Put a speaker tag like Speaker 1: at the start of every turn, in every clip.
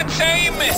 Speaker 1: entertainment.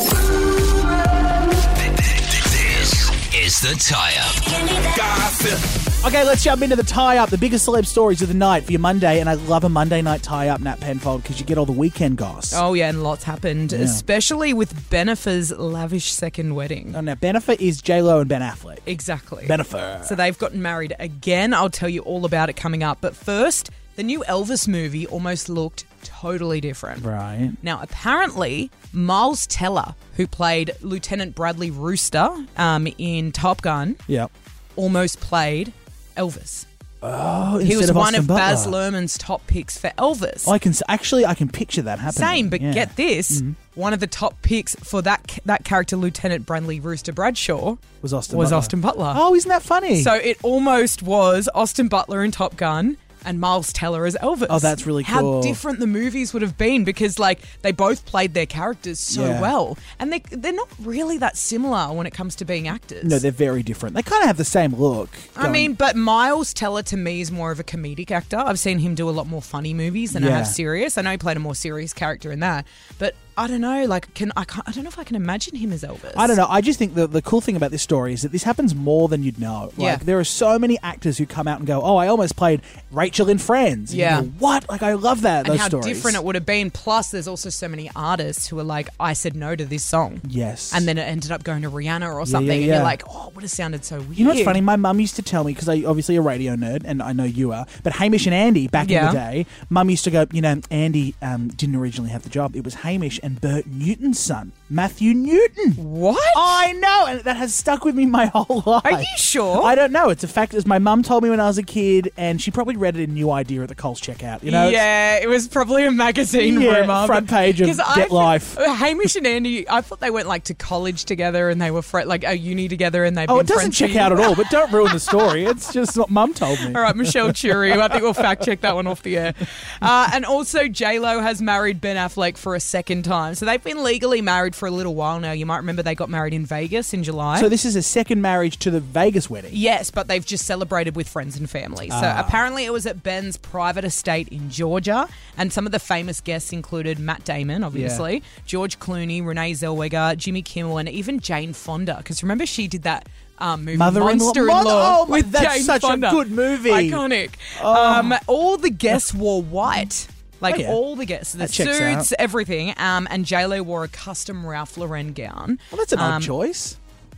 Speaker 2: This is the tie up.
Speaker 1: Gossip.
Speaker 3: Okay, let's jump into the tie up, the biggest celeb stories of the night for your Monday. And I love a Monday night tie up, Nat Penfold, because you get all the weekend goss.
Speaker 4: Oh yeah, and lots happened, especially with Benifer's lavish second wedding.
Speaker 3: Oh, now, Benefit is J-Lo and Ben Affleck.
Speaker 4: Exactly.
Speaker 3: Benefit.
Speaker 4: So they've gotten married again. I'll tell you all about it coming up. But first, the new Elvis movie almost looked totally different.
Speaker 3: Right.
Speaker 4: Now, apparently, Miles Teller, who played Lieutenant Bradley Rooster um, in Top Gun,
Speaker 3: Yep.
Speaker 4: almost played Elvis.
Speaker 3: Oh,
Speaker 4: He was one
Speaker 3: Austin
Speaker 4: of Baz
Speaker 3: Butler.
Speaker 4: Luhrmann's top picks for Elvis.
Speaker 3: Oh, I can s- actually I can picture that happening.
Speaker 4: Same, but
Speaker 3: Yeah. Mm-hmm.
Speaker 4: get this: one of the top picks for that that character, Lieutenant Bradley Rooster Bradshaw,
Speaker 3: was Austin
Speaker 4: was
Speaker 3: Butler.
Speaker 4: Austin Butler.
Speaker 3: Oh, isn't that funny?
Speaker 4: So it almost was Austin Butler in Top Gun and Miles Teller as Elvis.
Speaker 3: Oh, that's really
Speaker 4: How
Speaker 3: cool.
Speaker 4: different the movies would have been because like they both played their characters so
Speaker 3: Yeah.
Speaker 4: well, and they they're not really that similar when it comes to being actors.
Speaker 3: no, they're very different. They kind of have the same look.
Speaker 4: I
Speaker 3: going-
Speaker 4: mean, but Miles Teller to me is more of a comedic actor. I've seen him do a lot more funny movies than I
Speaker 3: Yeah.
Speaker 4: have serious. I know he played a more serious character in that, but I don't know. Like, can I? Can't, I don't know if I can imagine him as Elvis.
Speaker 3: I don't know. I just think the, the cool thing about this story is that this happens more than you'd know. Like,
Speaker 4: Yeah.
Speaker 3: there are so many actors who come out and go, "Oh, I almost played Rachel in Friends." And you
Speaker 4: Yeah.
Speaker 3: go, what? Like, I love that.
Speaker 4: And
Speaker 3: those
Speaker 4: how
Speaker 3: stories.
Speaker 4: different it would have been. Plus, there's also so many artists who are like, I said no to this song.
Speaker 3: Yes.
Speaker 4: And then it ended up going to Rihanna or something. And
Speaker 3: yeah.
Speaker 4: you're like, oh, it would have sounded so weird.
Speaker 3: You know what's funny? My mum used to tell me because I obviously a radio nerd, and I know you are. But Hamish and Andy back in
Speaker 4: Yeah.
Speaker 3: the day, mum used to go, you know, Andy um, didn't originally have the job. It was Hamish and Bert Newton's son, Matthew Newton.
Speaker 4: What?
Speaker 3: I know, and that has stuck with me my whole life.
Speaker 4: Are you sure?
Speaker 3: I don't know. It's a fact. As my mum told me when I was a kid, and she probably read it in New Idea at the Coles checkout. You know, it's-
Speaker 4: yeah, it was probably a magazine
Speaker 3: Yeah,
Speaker 4: rumor.
Speaker 3: front page of Get Life.
Speaker 4: Hamish and Andy, I thought they went like to college together and they were fri like a uni together and they've
Speaker 3: Oh,
Speaker 4: been
Speaker 3: it doesn't
Speaker 4: friends
Speaker 3: check
Speaker 4: for
Speaker 3: out at
Speaker 4: years.
Speaker 3: all. But don't ruin the story. It's just what mum told me.
Speaker 4: All right, Michelle Churi. I think we'll fact check that one off the air. Uh, and also, J Lo has married Ben Affleck for a second time. So they've been legally married for a little while now. You might remember they got married in Vegas in July.
Speaker 3: So this is a second marriage to the Vegas wedding.
Speaker 4: Yes, but they've just celebrated with friends and family. So
Speaker 3: Ah.
Speaker 4: apparently it was at Ben's private estate in Georgia, and some of the famous guests included Matt Damon, obviously, George Clooney, Renee Zellweger, Jimmy Kimmel, and even Jane Fonda. Because remember she did that um, movie
Speaker 3: Mother-in-law-
Speaker 4: Monster-in-Law
Speaker 3: Mon- oh my-
Speaker 4: with
Speaker 3: that's
Speaker 4: Jane
Speaker 3: such a
Speaker 4: Fonda.
Speaker 3: good movie. Oh.
Speaker 4: iconic. Um, all the guests wore white. Like
Speaker 3: yeah.
Speaker 4: all the guests, the
Speaker 3: That checks
Speaker 4: suits, everything. Um, and JLo wore a custom Ralph Lauren gown
Speaker 3: Well, that's an
Speaker 4: Um,
Speaker 3: odd choice.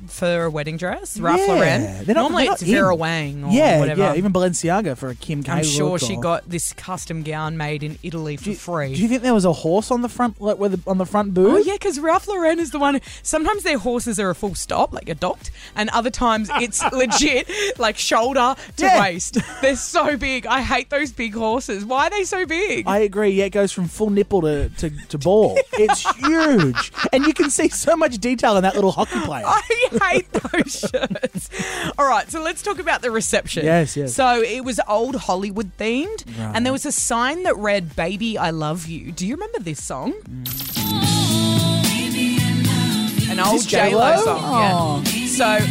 Speaker 4: for a wedding dress, Ralph
Speaker 3: Yeah.
Speaker 4: Lauren.
Speaker 3: They're not-
Speaker 4: Normally
Speaker 3: they're not
Speaker 4: it's Vera
Speaker 3: in.
Speaker 4: Wang or
Speaker 3: yeah,
Speaker 4: whatever.
Speaker 3: yeah. Even Balenciaga for a Kim K.
Speaker 4: I'm sure
Speaker 3: look
Speaker 4: she
Speaker 3: or-
Speaker 4: got this custom gown made in Italy for free.
Speaker 3: Do you think there was a horse on the front, like where the, on the front booth?
Speaker 4: Oh yeah, because Ralph Lauren is the one. Sometimes their horses are a full stop, like a docked, and other times it's legit, like shoulder to
Speaker 3: Yeah.
Speaker 4: waist. They're so big. I hate those big horses. Why are they so big?
Speaker 3: I agree. Yeah, it goes from full nipple to, to, to ball. It's huge, and you can see so much detail in that little hockey player.
Speaker 4: I hate those shirts. All right, so let's talk about the reception.
Speaker 3: Yes, yes.
Speaker 4: So it was old Hollywood themed, and there was a sign that read, Baby, I Love You. Do you remember this song? An old
Speaker 3: Mm. this
Speaker 4: J Lo
Speaker 3: J-Lo?
Speaker 4: song. Yeah. So.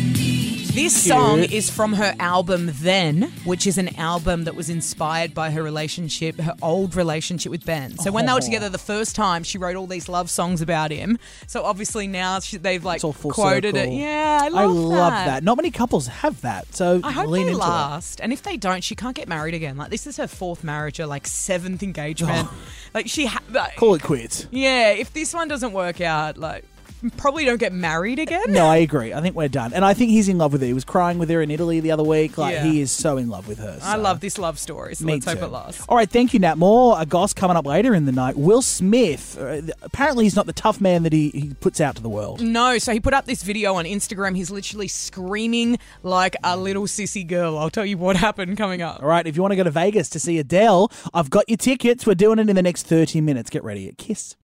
Speaker 4: This song
Speaker 3: Cute.
Speaker 4: is from her album Then, which is an album that was inspired by her relationship, her old relationship with Ben. So when they were
Speaker 3: Aw.
Speaker 4: together the first time, she wrote all these love songs about him. So obviously now she, they've like
Speaker 3: It's all full
Speaker 4: quoted
Speaker 3: circle.
Speaker 4: it. Yeah, I love,
Speaker 3: that. Not many couples have that, so
Speaker 4: I hope
Speaker 3: lean
Speaker 4: they
Speaker 3: into
Speaker 4: last, and if they don't, she can't get married again. Like this is her fourth marriage, or like seventh engagement.
Speaker 3: Oh.
Speaker 4: like she, ha- like,
Speaker 3: it. Call it quits.
Speaker 4: yeah. If this one doesn't work out, like probably don't get married again.
Speaker 3: No, I agree. I think we're done, and I think he's in love with her. He was crying with her in Italy the other week. Like
Speaker 4: Yeah.
Speaker 3: he is so in love with her.
Speaker 4: I
Speaker 3: so.
Speaker 4: love this love story, so
Speaker 3: Me
Speaker 4: let's hope
Speaker 3: too.
Speaker 4: it lasts.
Speaker 3: All right, thank you, Nat. More a goss coming up later in the night. Will Smith, uh, th- apparently, he's not the tough man that he, he puts out to the world.
Speaker 4: No, so he put up this video on Instagram. He's literally screaming like a little sissy girl. I'll tell you what happened coming up.
Speaker 3: All right, if you want to go to Vegas to see Adele, I've got your tickets. We're doing it in the next 30 minutes. Get ready. Kiss.